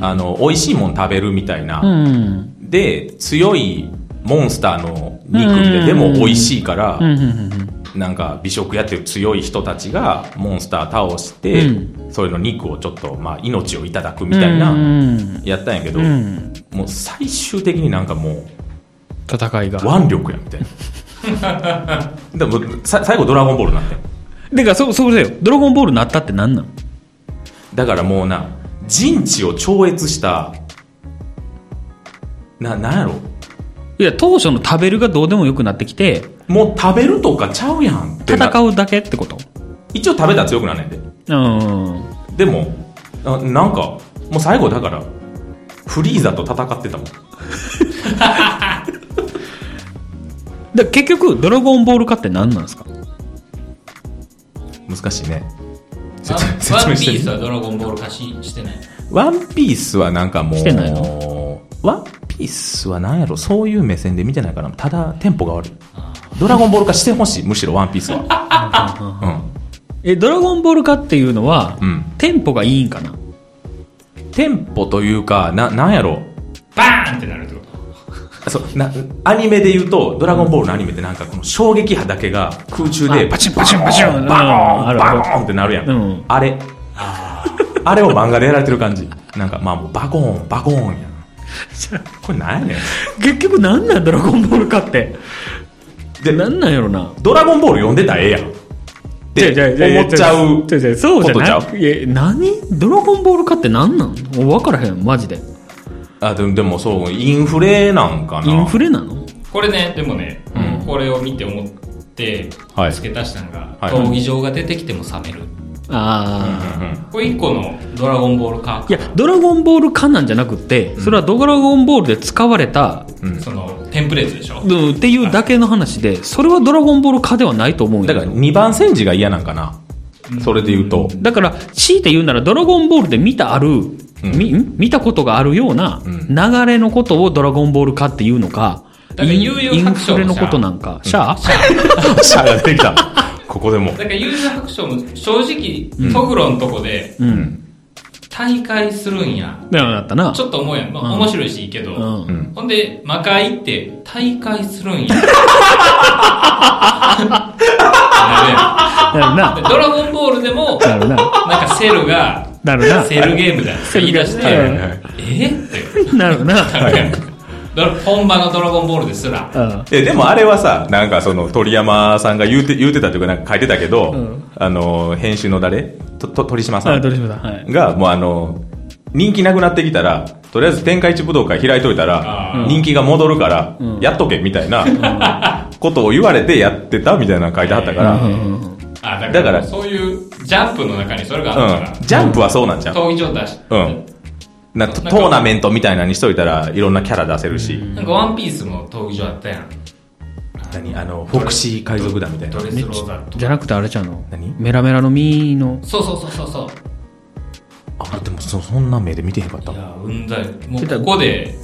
Speaker 2: ん
Speaker 1: あの、美味しいもん食べるみたいな。
Speaker 2: うんうん
Speaker 1: で、強いモンスターの肉みたいな
Speaker 2: うん
Speaker 1: でも美味しいから、
Speaker 2: うんうんうんうん
Speaker 1: なんか美食やってる強い人たちがモンスター倒して、
Speaker 2: う
Speaker 1: それの肉をちょっと、まあ、命をいただくみたい
Speaker 2: うん
Speaker 1: な
Speaker 2: うん
Speaker 1: やったんやけど、
Speaker 2: うん
Speaker 1: もう最終的になんかも
Speaker 2: 戦いうが。
Speaker 1: 腕力やみたいな でもさ最後ドラゴンボールになってん
Speaker 2: だから、そ、そうだよ。ドラゴンボールなったってなんなん
Speaker 1: だからもうな人知を超越したななんやろ
Speaker 2: いや、当初の食べるがどうでもよくなってきて、
Speaker 1: もう食べるとかちゃうやんってな
Speaker 2: 戦うだけってこと
Speaker 1: 一応食べたら強くなんねんで
Speaker 2: うん。
Speaker 1: でもななんかもう最後だからフリーザと戦ってたもん
Speaker 2: だから結局、ドラゴンボール化って何なんですか
Speaker 1: 難しいね
Speaker 3: ワン
Speaker 1: 説
Speaker 3: ワン
Speaker 1: 明
Speaker 3: ピ
Speaker 1: して
Speaker 3: ースはドラゴンボール化ししてない。
Speaker 1: ワンピースはなんかもう
Speaker 2: してない
Speaker 1: ワンピースはなんやろそういう目線で見てないからただテンポが悪いドラゴンボール化してほしいむしろワンピース は
Speaker 2: え、ドラゴンボール化っていうのは、
Speaker 1: うん
Speaker 2: テンポがいいんかな
Speaker 1: うんテンポというかななんやろ
Speaker 3: バーンってなるってこと
Speaker 1: そうなアニメで言うと「ドラゴンボール」のアニメってなんかこの衝撃波だけが空中で
Speaker 2: あパチンパチンパチン
Speaker 1: バーン
Speaker 2: うんあ
Speaker 1: バーン
Speaker 2: るある
Speaker 1: バーンってなるやん、
Speaker 2: うん
Speaker 1: あ れあれを漫画でやられてる感じなんかまあもうバコーンバコーンやんこれなんやねん
Speaker 2: 結局何なんドラゴンボール化って。
Speaker 1: で
Speaker 2: 何なんやろな。
Speaker 1: 「ドラゴンボール」読んでたらええやんっ
Speaker 2: 違う違う違
Speaker 1: て思っちゃう
Speaker 2: 違違そうじゃ
Speaker 1: ことちゃう
Speaker 2: ない。いや、何ドラゴンボール化って何なんもう分からへん、マジで。
Speaker 1: あでもでもそうインフレなんかな
Speaker 2: インフレなの
Speaker 3: これね、でもね、
Speaker 1: うん
Speaker 3: これを見て思って
Speaker 1: はい
Speaker 3: 付け足したのが、
Speaker 1: はい
Speaker 3: 闘技場が出てきても冷める。
Speaker 2: ああ。
Speaker 1: うん
Speaker 3: これ一個のドラゴンボール化。
Speaker 2: いや、ドラゴンボール化なんじゃなくって、それはドラゴンボールで使われた、
Speaker 1: うん
Speaker 3: その、テンプレートでしょ
Speaker 2: うん、っていうだけの話で、それはドラゴンボール化ではないと思うん
Speaker 1: だ
Speaker 2: や
Speaker 1: か
Speaker 2: け
Speaker 1: ら
Speaker 2: ど。
Speaker 1: 2番煎じが嫌なんかなそれで言うと
Speaker 2: だから、強いて言うなら、ドラゴンボールで見たある、みん見たことがあるような
Speaker 1: うん
Speaker 2: 流れのことをドラゴンボール化っていうのか、
Speaker 3: だから
Speaker 2: イン
Speaker 3: 悠々
Speaker 2: イン
Speaker 3: 白
Speaker 2: フ
Speaker 3: 書も
Speaker 2: レ
Speaker 3: さ
Speaker 2: のことなんか、シャア
Speaker 1: シャアが出てきたここでも
Speaker 3: だからユーザー白書も正直、トグロのとこで
Speaker 2: うん。
Speaker 3: 大会するんや。
Speaker 2: だよなったな
Speaker 3: ち。ょっと思うやん。ま
Speaker 2: うん
Speaker 3: あ、面白いしいいけど。
Speaker 2: うん
Speaker 1: うん
Speaker 3: ほんで、魔界って大会するんや。
Speaker 2: だよ
Speaker 3: なるやん
Speaker 2: な。
Speaker 3: でドラゴンボールでも、
Speaker 2: だよな。
Speaker 3: なんかセルが、
Speaker 2: なるな。
Speaker 3: セルゲームだって言い出し
Speaker 2: セ
Speaker 3: て、
Speaker 2: ル
Speaker 1: はいはいはい
Speaker 3: えって。
Speaker 2: なるな。
Speaker 3: なるやんドラ本場のドラゴンボールですら。
Speaker 2: うん。
Speaker 1: えでもあれはさなんかその鳥山さんが言うて言うてたというかなんか書いてたけど、
Speaker 2: うん
Speaker 1: あの編集の誰とと鳥島さ
Speaker 2: あ、
Speaker 1: ん
Speaker 2: 鳥島さん。はい。
Speaker 1: がもうあの人気なくなってきたらとりあえず天下一武道会開いといた
Speaker 3: あ
Speaker 1: ら
Speaker 2: ー
Speaker 1: 人気が戻るから、
Speaker 2: うん
Speaker 1: やっとけみたいなことを言われてやってたみたいなの書いてあったから、
Speaker 2: う
Speaker 1: うんん
Speaker 2: うんうん
Speaker 3: あだ
Speaker 1: だか
Speaker 3: か、
Speaker 1: らら
Speaker 3: そういうジャンプの中にそれがあったか
Speaker 1: ジャンプはそうなんじゃ
Speaker 3: ら、
Speaker 1: ん、
Speaker 3: 闘技場出し、
Speaker 1: うん、なトトーナメントみたいなのにしといたらいろんなキャラ出せるし、
Speaker 3: なんかワンピースも闘技場あったやん。
Speaker 1: 何あのフォクシー海賊団みたいな
Speaker 3: ドレスローザーと
Speaker 2: じゃなくてあれちゃうの
Speaker 1: 何
Speaker 2: メラメラの実の。
Speaker 3: そうそうそうそうそう。
Speaker 1: あでもそそんな目で見てへんかった
Speaker 3: いやうんざいもうここで、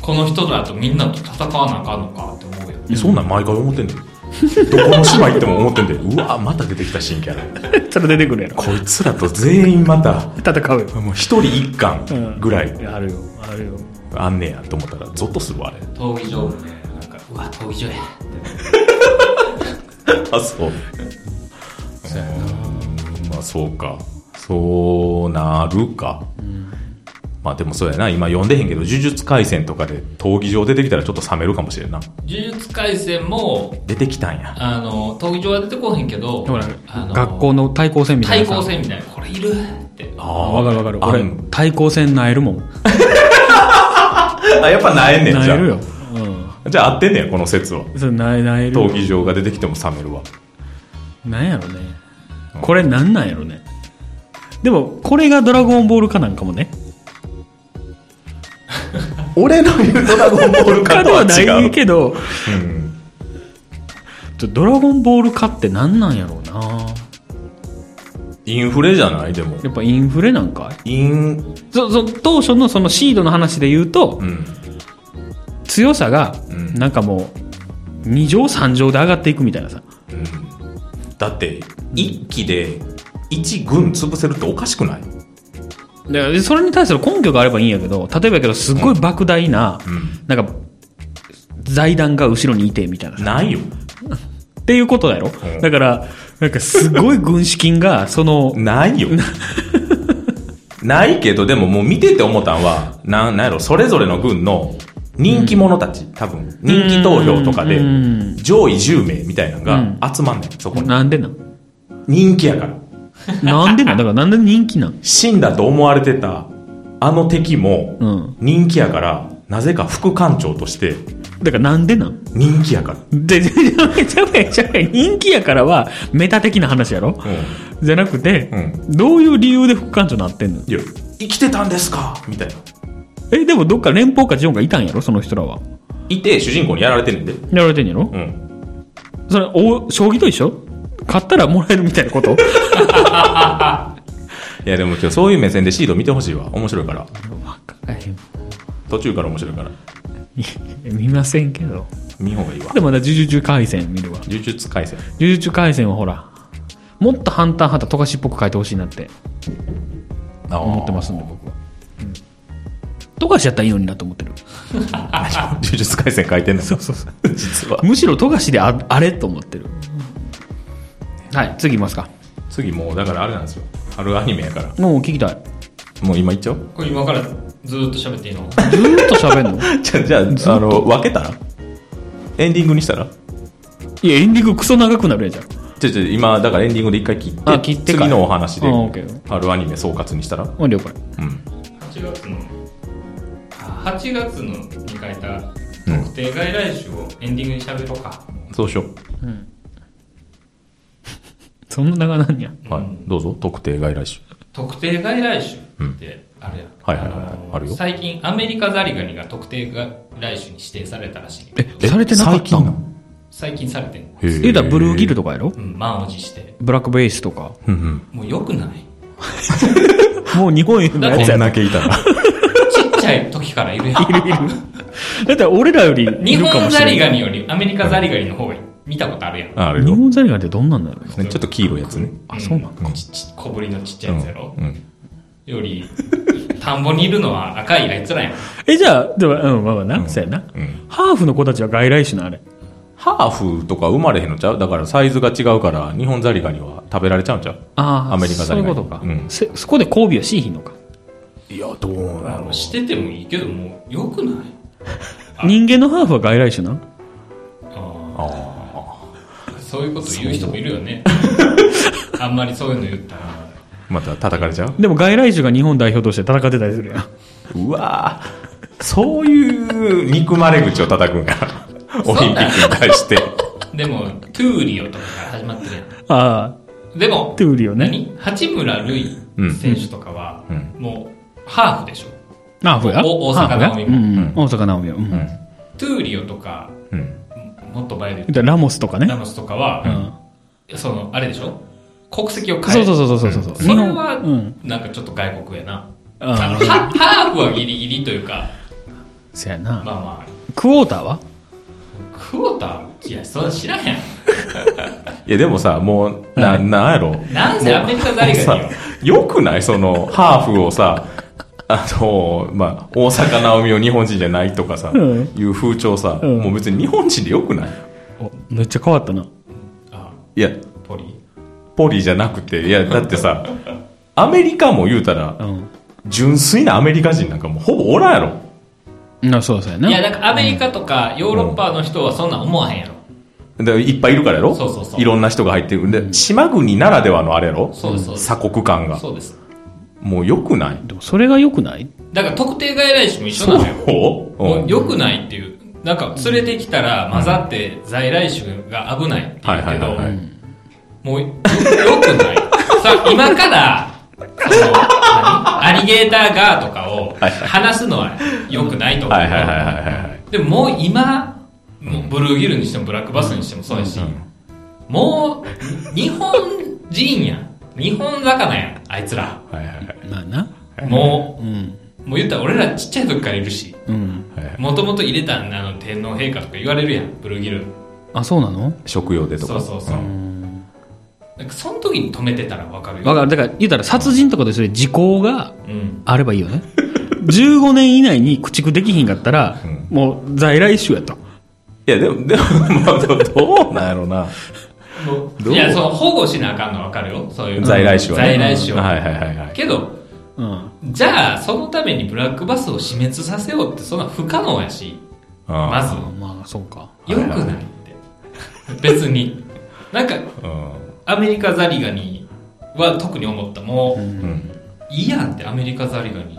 Speaker 3: この人らとみんなと戦わなあかんのかって思うよ
Speaker 1: えそんなん毎回思ってんでどこの島行っても思ってんでうわまた出てきた新キャラ
Speaker 2: それ出てくるやろ。
Speaker 1: こいつらと全員また
Speaker 2: 戦うよ。
Speaker 1: もう一人一巻ぐらい
Speaker 2: あるよ。あるよ。
Speaker 1: あんねやと思ったらゾッとするわあれ
Speaker 3: 闘技場もねなんかうわ闘技場や
Speaker 1: あそううんまあそうかそうなるか、まあでもそうやな今読んでへんけど呪術廻戦とかで闘技場出てきたらちょっと冷めるかもしれんな
Speaker 3: 呪術廻戦も
Speaker 1: 出てきたんや
Speaker 3: あの闘技場は出てこへんけど
Speaker 2: ほら
Speaker 3: あ、の
Speaker 2: 学校の対抗戦みたい
Speaker 3: 対
Speaker 2: なさ。
Speaker 3: 抗戦みたいなこれいるって
Speaker 1: あ
Speaker 2: あ。
Speaker 1: あ
Speaker 2: わかるわかる。
Speaker 1: あ
Speaker 2: 俺、対抗戦なえるもん。
Speaker 1: あやっぱなえんねん
Speaker 2: な
Speaker 1: じゃ
Speaker 2: えるよ
Speaker 1: あ。じゃあ合ってんねやこの説は
Speaker 2: うん。それなえ、なえるよ
Speaker 1: 闘。技場が出てきても冷めるわ
Speaker 2: なんやろね。これなんなんやろね。でも、これがドラゴンボールかなんかもね。
Speaker 1: 俺の言うドラゴンボール
Speaker 2: か
Speaker 1: か
Speaker 2: で
Speaker 1: とは
Speaker 2: はな
Speaker 1: 違。
Speaker 2: いうけど、
Speaker 1: うん
Speaker 2: ちょドラゴンボール化ってなんなんやろうな。
Speaker 1: インフレじゃないでも。
Speaker 2: やっぱインフレなんかい
Speaker 1: イン、
Speaker 2: そそ当初のそのシードの話で言うと、
Speaker 1: うん。
Speaker 2: 強さが
Speaker 1: うん
Speaker 2: なんかもう2乗3乗で上がっていくみたいなさ
Speaker 1: うん。だって、一期で一軍潰せるっておかしくない
Speaker 2: でそれに対する根拠があればいいんやけど例えばやけどすごい莫大な、
Speaker 1: うん。
Speaker 2: なんか財団が後ろにいてみたいなさ
Speaker 1: ないよ。
Speaker 2: っていうことだろ、
Speaker 1: うん
Speaker 2: だから、なんかすごい軍資金が、その、
Speaker 1: ない よ。ないけど、でももう見てて思ったんは、なん、なんやろ、それぞれの軍の人気者たち、多分、人気投票とかで
Speaker 2: う、ん
Speaker 1: 上位10名みたいなのが集まんねん、そこに。
Speaker 2: なんでなん
Speaker 1: 人気やから。
Speaker 2: なんでなんだからなんで人気なん
Speaker 1: 死んだと思われてた、あの敵も
Speaker 2: う、ん。
Speaker 1: 人気やから、なぜか副艦長として、
Speaker 2: だからなんでなん
Speaker 1: 人気やから。
Speaker 2: で、じゃあ、じゃあ、じゃあ、人気やからは、メタ的な話やろ、じゃなくて、
Speaker 1: う
Speaker 2: どういう理由で副艦長なってんの
Speaker 1: いや、生きてたんですかみたいな。
Speaker 2: え、でもどっか連邦かジオンがいたんやろその人らは。
Speaker 1: いて、主人公にやられてるんで。
Speaker 2: やられてんやろ
Speaker 1: うん。
Speaker 2: それ、お、将棋と一緒買ったらもらえるみたいなこと
Speaker 1: いや、でも今日そういう目線でシード見てほしいわ。面白いから。
Speaker 2: わかんへん
Speaker 1: 途中から面白いから。
Speaker 2: いや見ませんけど。
Speaker 1: 見ほうがいいわ。
Speaker 2: でもまだ呪術回戦見るわ。
Speaker 1: 呪術廻戦。
Speaker 2: 呪術回戦はほら、もっとハンターハンターとかしっぽく書いてほしいなって思
Speaker 1: 思
Speaker 2: っ てますんで、僕は。とかしやったらいいのになと思ってる。
Speaker 1: 呪術廻戦書いてんのそうそうそう。実は。
Speaker 2: むしろ富樫でああれと思ってる。はい、次いきますか。
Speaker 1: 次もう、だからあれなんですよ。春アニメやから。
Speaker 2: もう聞きたい。
Speaker 1: もう今いっちゃおう
Speaker 3: これ今からずーっと喋っていいの
Speaker 2: ずーっと喋んの
Speaker 1: じゃあ、じゃあ、あの、分けたらエンディングにしたら
Speaker 2: いや、エンディングクソ長くなるやんじゃん。
Speaker 1: じゃあじゃあ今、だからエンディングで一回切って、
Speaker 2: あ切ってから
Speaker 1: 次のお話で
Speaker 2: あオッケー、
Speaker 1: 春アニメ総括にしたら
Speaker 2: もう了解。
Speaker 1: うん。
Speaker 3: 8月のあ8月のに書いた特定外来種をエンディングに喋ろうか、
Speaker 1: そうしよう。
Speaker 2: そんな長なんや。
Speaker 1: は
Speaker 3: う
Speaker 1: い。どうぞ、特定外来種。
Speaker 3: 特定外来種ってあるやん、
Speaker 1: はいはいはいはい
Speaker 3: の
Speaker 1: あるよ
Speaker 3: 最近アメリカザリガニが特定外来種に指定されたらしいけど
Speaker 2: えされてなかった
Speaker 1: 最近の
Speaker 3: 最近されてんの
Speaker 1: へー
Speaker 2: 言うたらブルーギルとかやろ
Speaker 3: うん満を持して
Speaker 2: ブラックベースとか。
Speaker 1: うんうん。
Speaker 3: もうよくない
Speaker 2: もう日本の
Speaker 1: こ
Speaker 2: やつや
Speaker 1: ん
Speaker 2: な。
Speaker 1: だけいたら。
Speaker 3: ちっちゃい時からいるやん
Speaker 2: だって俺らよりい
Speaker 3: 日
Speaker 2: るかも
Speaker 3: 本
Speaker 2: し
Speaker 3: ザリ
Speaker 2: れない。
Speaker 3: ガニよりアメリカザリガニの方が見たことあるやん
Speaker 1: あれ
Speaker 2: 日
Speaker 1: よ。
Speaker 2: 本ザリガニってどんなんだろう
Speaker 1: ねちょっと黄色いやつね。
Speaker 2: あ、そうなんか。
Speaker 3: ちっち小ぶりのちっちゃいやつやろ、
Speaker 1: うん。
Speaker 3: より田んぼにいるのは赤いあいつらやん
Speaker 2: え、じゃあ、でも、うん、まあまあな、そうやな
Speaker 1: うん。
Speaker 2: ハーフの子たちは外来種な、あれ。
Speaker 1: ハーフとか生まれへんのちゃうだからサイズが違うから、日本ザリガニは食べられちゃうんちゃう
Speaker 2: あ
Speaker 1: アメリカザリガニ
Speaker 2: そういうことか。
Speaker 1: うん
Speaker 2: せそこで交尾はしーひんのか。
Speaker 1: いや、どうなの
Speaker 3: しててもいいけどもうよくないあ
Speaker 2: 人間のハーフは外来種な
Speaker 3: あ
Speaker 1: あ
Speaker 3: ーそういうこと言う人もいるよ ねあんまりそういうの言ったら
Speaker 1: あ。また叩かれちゃう
Speaker 2: でも外来種が日本代表として戦ってたりするやん。
Speaker 1: うわぁ。そういう憎まれ口を叩くんか。オリンピックに対して。
Speaker 3: でもトゥーリオとかから始まってるやん
Speaker 2: あ
Speaker 3: でも
Speaker 2: あ、トゥーリオね。
Speaker 3: 何八村塁選手とかは、
Speaker 1: うん
Speaker 3: もうハーフでしょ
Speaker 2: ハーフや。
Speaker 3: お大阪
Speaker 2: ハーフや
Speaker 3: 直美
Speaker 2: うん
Speaker 3: も
Speaker 2: うん。大阪直美や。うん。
Speaker 1: ん
Speaker 3: トゥーリオとか
Speaker 1: うん。
Speaker 3: もっと前で
Speaker 2: 言ったらラモスとかね
Speaker 3: ラ。モスとかは、
Speaker 2: うん。
Speaker 3: そのあれでしょ国籍を変
Speaker 2: そ
Speaker 3: え
Speaker 2: うそうそうそうそうそう。
Speaker 3: それは、
Speaker 2: うん。
Speaker 3: なんかちょっと外国やなあの
Speaker 2: あ
Speaker 3: ハハーフはギリギリというか
Speaker 2: あ、そやな。
Speaker 3: まあまあ
Speaker 2: クォーターは
Speaker 3: クォーターいやそんな知らへん
Speaker 1: いや、でもさ、もう、な、なんやろ。
Speaker 3: なんせアメリカザリガニよ
Speaker 1: さよくないその、ハーフをさ、あの、まあ、大阪直美を日本人じゃないとかさ、
Speaker 2: うん
Speaker 1: いう風潮さ、
Speaker 2: うん
Speaker 1: もう別に日本人でよくない
Speaker 2: おめっちゃ変わったな。
Speaker 3: あ
Speaker 1: いや、
Speaker 3: ポリ
Speaker 1: ポリじゃなくて、いや、だってさ、アメリカも言うたら
Speaker 2: う、ん。
Speaker 1: 純粋なアメリカ人なんかもうほぼおらんやろ。
Speaker 2: な、そうそうやな。
Speaker 3: いやなんかアメリカとかヨーロッパの人はそんなん思わへんやろ
Speaker 1: でいっぱいいるからやろ
Speaker 3: そうそうそう
Speaker 1: ろんな人が入ってる。で、島国ならではのあれやろ
Speaker 3: そうそう
Speaker 1: 鎖国感が。
Speaker 3: そうです
Speaker 1: もう良くない
Speaker 2: でもそれが良くない
Speaker 3: だから特定外来種も一緒なのよ
Speaker 1: そう
Speaker 3: も
Speaker 1: う
Speaker 3: うん良くないっていうなんか連れてきたら混ざって在来種が危ないって言うけど、
Speaker 1: はいはいはいはい
Speaker 3: もうよ良 くないさ今からその何アリゲーターガーとかを話すのは良くないと思う
Speaker 1: はいはいはいはいはいはい。
Speaker 3: でももう今、もうブルーギルにしてもブラックバスにしてもそうやし、もう、日本人やん。日本魚やん、あいつら。
Speaker 1: はいはいはい
Speaker 2: まあな。
Speaker 3: も
Speaker 2: うん。
Speaker 3: う、もう言ったら俺らちっちゃい時からいるし、
Speaker 2: うん。
Speaker 1: はい。
Speaker 3: もともと入れたんあの天皇陛下とか言われるやん、ブルーギル。
Speaker 2: あ、そうなの
Speaker 1: 食用でと
Speaker 3: そう
Speaker 1: か。
Speaker 3: そうそう。
Speaker 2: うん。
Speaker 3: なんかその時に止めてたらわかるよ。
Speaker 2: わかる。だから、言うたら殺人とかでそれ時効が
Speaker 3: うん。
Speaker 2: あればい いよね。15年以内に駆逐できひんかったら、
Speaker 1: うん
Speaker 2: もう在来種やと。
Speaker 1: いや、でも、でも、まあ、どどうなんやろな。どう
Speaker 3: いや、その保護しなあかんの分かるよ。そういう。
Speaker 1: 在来種はね。
Speaker 3: 在来種は。
Speaker 1: はいはいはいはい。
Speaker 3: けど、
Speaker 2: うん。
Speaker 3: じゃあ、そのためにブラックバスを死滅させようって、そんな不可能やし、ま
Speaker 1: ま
Speaker 3: ず、
Speaker 2: まあ、そうか。
Speaker 3: 良くないって。別に。なんか、
Speaker 1: ず。うん。
Speaker 3: アメリカザリガニは特に思った。もう、
Speaker 1: うん。
Speaker 3: いいやんって、アメリカザリガニ。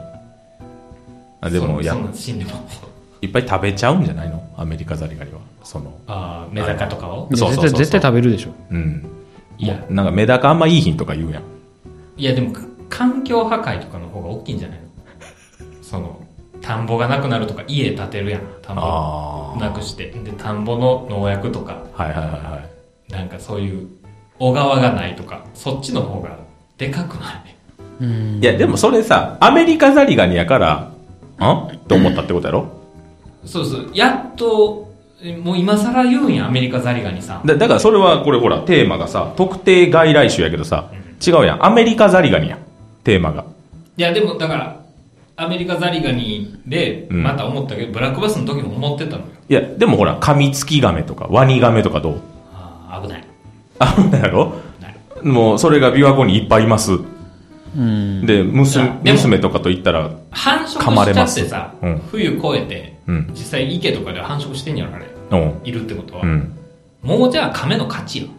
Speaker 1: あでも
Speaker 3: そ
Speaker 1: や
Speaker 3: そんなん死んでも。
Speaker 1: いっぱい食べちゃうんじゃないのアメリカザリガニはその
Speaker 3: ああ、メダカとかを
Speaker 1: そうそうそう
Speaker 2: 絶対、絶対食べるでしょ。
Speaker 1: うん
Speaker 3: いや、
Speaker 1: なんかメダカあんまいい品とか言うやん
Speaker 3: いやでも、か環境破壊とかの方が大きいんじゃないのその、田んぼがなくなるとか、家建てるやん。田んぼ
Speaker 1: あ
Speaker 3: なくして。で、田んぼの農薬とか、
Speaker 1: あはいはいはいはい
Speaker 3: なんかそういう、小川がないとか、そっちの方がでかくない。
Speaker 2: うん。
Speaker 1: いやでもそれさアメリカザリガニやからんって思ったってことやろ
Speaker 3: そうそう、やっと、えもう今更言うんや、アメリカザリガニさん。
Speaker 1: だだからそれはこれほらテーマがさ特定外来種やけどさ違うやんアメリカザリガニやんテーマが
Speaker 3: いや、でもだから、アメリカザリガニで、
Speaker 1: うん
Speaker 3: また思ったけど、ブラックバスの時も思ってたのよ。
Speaker 1: いやでもほらカミツキガメとかワニガメとかどう
Speaker 3: ああ、危ない。
Speaker 1: あるんだやろ
Speaker 3: 危ない
Speaker 1: もうそれが琵琶湖にいっぱいいます
Speaker 2: うん。
Speaker 1: で娘
Speaker 3: でも
Speaker 1: 娘とかと言ったら
Speaker 3: 繁殖
Speaker 1: 噛まれ
Speaker 3: しちゃ
Speaker 1: ま
Speaker 3: っ
Speaker 1: す
Speaker 3: てさ、
Speaker 1: うん
Speaker 3: 冬越えて、
Speaker 1: うん
Speaker 3: 実際池とかでは繁殖してんやろあれ
Speaker 1: うん
Speaker 3: いるってことは、
Speaker 1: うん
Speaker 3: もうじゃあ亀の勝ちよ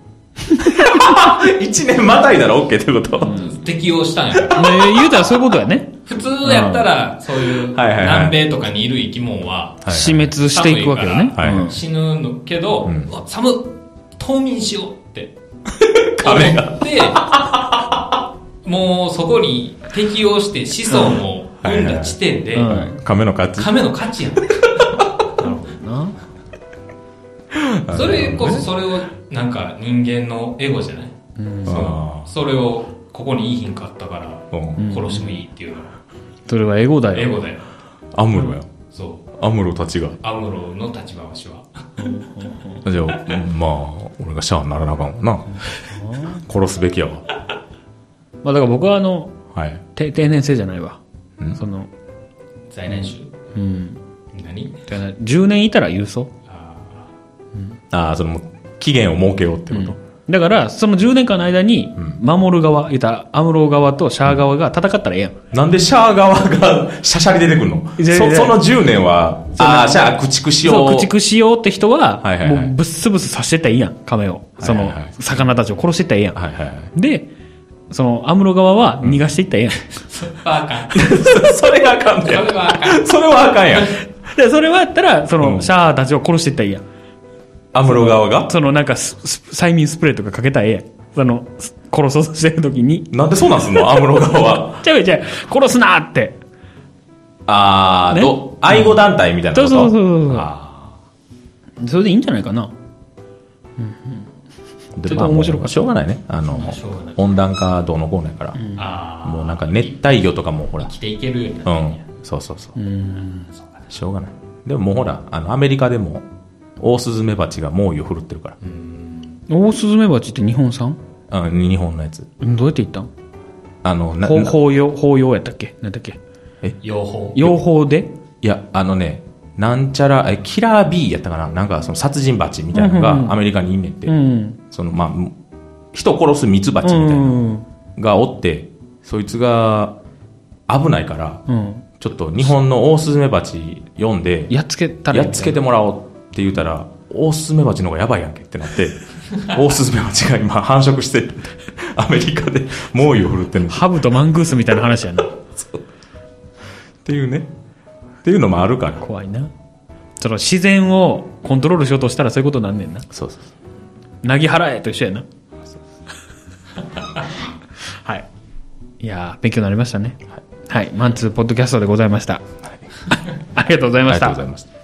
Speaker 1: 一年またいだら OK ってこと、
Speaker 3: 適応したんやろ
Speaker 2: で言うたらそういうことやね。
Speaker 3: 普通やったらそういう
Speaker 1: はいはいはい
Speaker 3: 南米とかにいる生き物は
Speaker 1: はい
Speaker 2: 死滅していくわけよね。
Speaker 1: はいはい
Speaker 2: うん
Speaker 3: 死ぬのけど、
Speaker 1: うん
Speaker 3: うわ寒っ冬眠しよう って
Speaker 1: 亀が
Speaker 3: 思ってもうそこに適応して子孫を産んだ時点で、
Speaker 2: うんはいはいはい
Speaker 1: はい亀の勝ち
Speaker 3: 亀の勝ち やん
Speaker 2: な
Speaker 3: それこそそれをなんか人間のエゴじゃない、
Speaker 1: あ
Speaker 3: それをここにいい品買ったから
Speaker 1: ーうん
Speaker 2: ん
Speaker 3: 殺してもいいっていうのは
Speaker 2: それはエゴだ
Speaker 3: エ
Speaker 2: よ。
Speaker 3: ゴだよ
Speaker 1: アムロや
Speaker 3: そう
Speaker 1: アムロたちが
Speaker 3: アムロの立場わしは
Speaker 1: じゃ あまあ俺がシャアにならなあかんわな殺すべきやわ
Speaker 2: まあだから僕はあの、
Speaker 1: はい
Speaker 2: て定年制じゃないわ
Speaker 1: ん。
Speaker 2: その、
Speaker 3: 在来種
Speaker 2: うん。
Speaker 3: 何
Speaker 2: だから10年いたら郵送。
Speaker 3: あ
Speaker 1: ああその期限を設けようってこと、
Speaker 2: だから、その10年間の間に、守る側、言ったらアムロ側とシャア側が戦ったらええやん。
Speaker 1: なんでシャア側がシャシャリ出てくるの
Speaker 2: いやいやい
Speaker 1: そ
Speaker 2: や
Speaker 1: その10年はああシャア駆逐しよう
Speaker 2: そう、駆逐しようって人は、
Speaker 1: はいはいはい
Speaker 2: もうぶっすぶす刺してったらいいやん、亀を。その、
Speaker 1: はいはいはい
Speaker 2: 魚たちを殺してったらいいやん。
Speaker 1: はいはいはい
Speaker 2: で、その、アムロ側は逃がしていったらええやん。
Speaker 3: ーそれはあかん
Speaker 1: それがあかん
Speaker 3: そ
Speaker 1: ね
Speaker 3: れ
Speaker 1: や
Speaker 3: はあ かん
Speaker 1: それはあかんやん
Speaker 2: で、それはやったら、その、
Speaker 1: うん
Speaker 2: シャアたちを殺していったらいいやん。
Speaker 1: アムロ側が
Speaker 2: その、なんかスス催眠スプレーとかかけたらええやん。その、す殺そうとしてる時に。
Speaker 1: なんでそうなんすんのアムロ側は
Speaker 2: ちゃうちゃう、殺すなって。
Speaker 1: ああ、
Speaker 2: ね
Speaker 1: ど愛護団体みたいなこと
Speaker 2: そうそうそうそうそう
Speaker 1: あ
Speaker 2: それでいいんじゃないかな。
Speaker 1: ーで
Speaker 2: ちょっ
Speaker 1: ま
Speaker 2: と
Speaker 1: あ
Speaker 2: 面白か
Speaker 1: もう
Speaker 2: った
Speaker 1: しょうがないねあの
Speaker 3: しょうがない
Speaker 1: 温暖化どうのこうのやから、
Speaker 3: ああ
Speaker 1: もうなんか熱帯魚とかもほら
Speaker 3: 生きていけるように
Speaker 1: う
Speaker 3: なってんね
Speaker 1: ん
Speaker 3: や
Speaker 1: そうそうそう
Speaker 2: うん。
Speaker 3: そうかね
Speaker 1: しょうがないでももうほらあのアメリカでもオオスズメバチが猛威を振るってるか
Speaker 2: オオスズメバチって日本産
Speaker 1: ら、うん、日本のやつ
Speaker 2: うんどうやって言ったん
Speaker 1: あのな
Speaker 2: ほ
Speaker 1: な
Speaker 2: 法要、法要やったっけなんだっけ
Speaker 3: 養蜂
Speaker 2: 養蜂で
Speaker 1: いやあのねなんちゃらえキラー B やったかななんかその殺人バチみたいなの
Speaker 2: うんうんう
Speaker 1: が
Speaker 2: ん
Speaker 1: アメリカにいんねんって、
Speaker 2: うん。
Speaker 1: そのまあむ人殺すミツバチみたいなの
Speaker 2: うん
Speaker 1: がおってそいつが危ないから
Speaker 2: うん。
Speaker 1: ちょっと日本のオオスズメバチ読んで
Speaker 2: やっつけたら
Speaker 1: やっつけてもらおうって言うたら、オオスズメバチの方がやばいやんけってな って、オオスズメバチが今繁殖して、アメリカで猛威を振るってんの。っ
Speaker 2: ハブとマングースみたいな話やな。
Speaker 1: ていうね。っていうのもあるから。
Speaker 2: 怖いな。その自然をコントロールしようとしたらそういうことなんねんな。
Speaker 1: そうそう
Speaker 2: なぎ払えと一緒やな。はい。いやー、勉強に なりましたね。はい。マンツーポッドキャストでございました。ありがとうござい
Speaker 1: あ
Speaker 2: ま
Speaker 1: り
Speaker 2: し
Speaker 1: がとう
Speaker 2: た
Speaker 1: ござ。いました。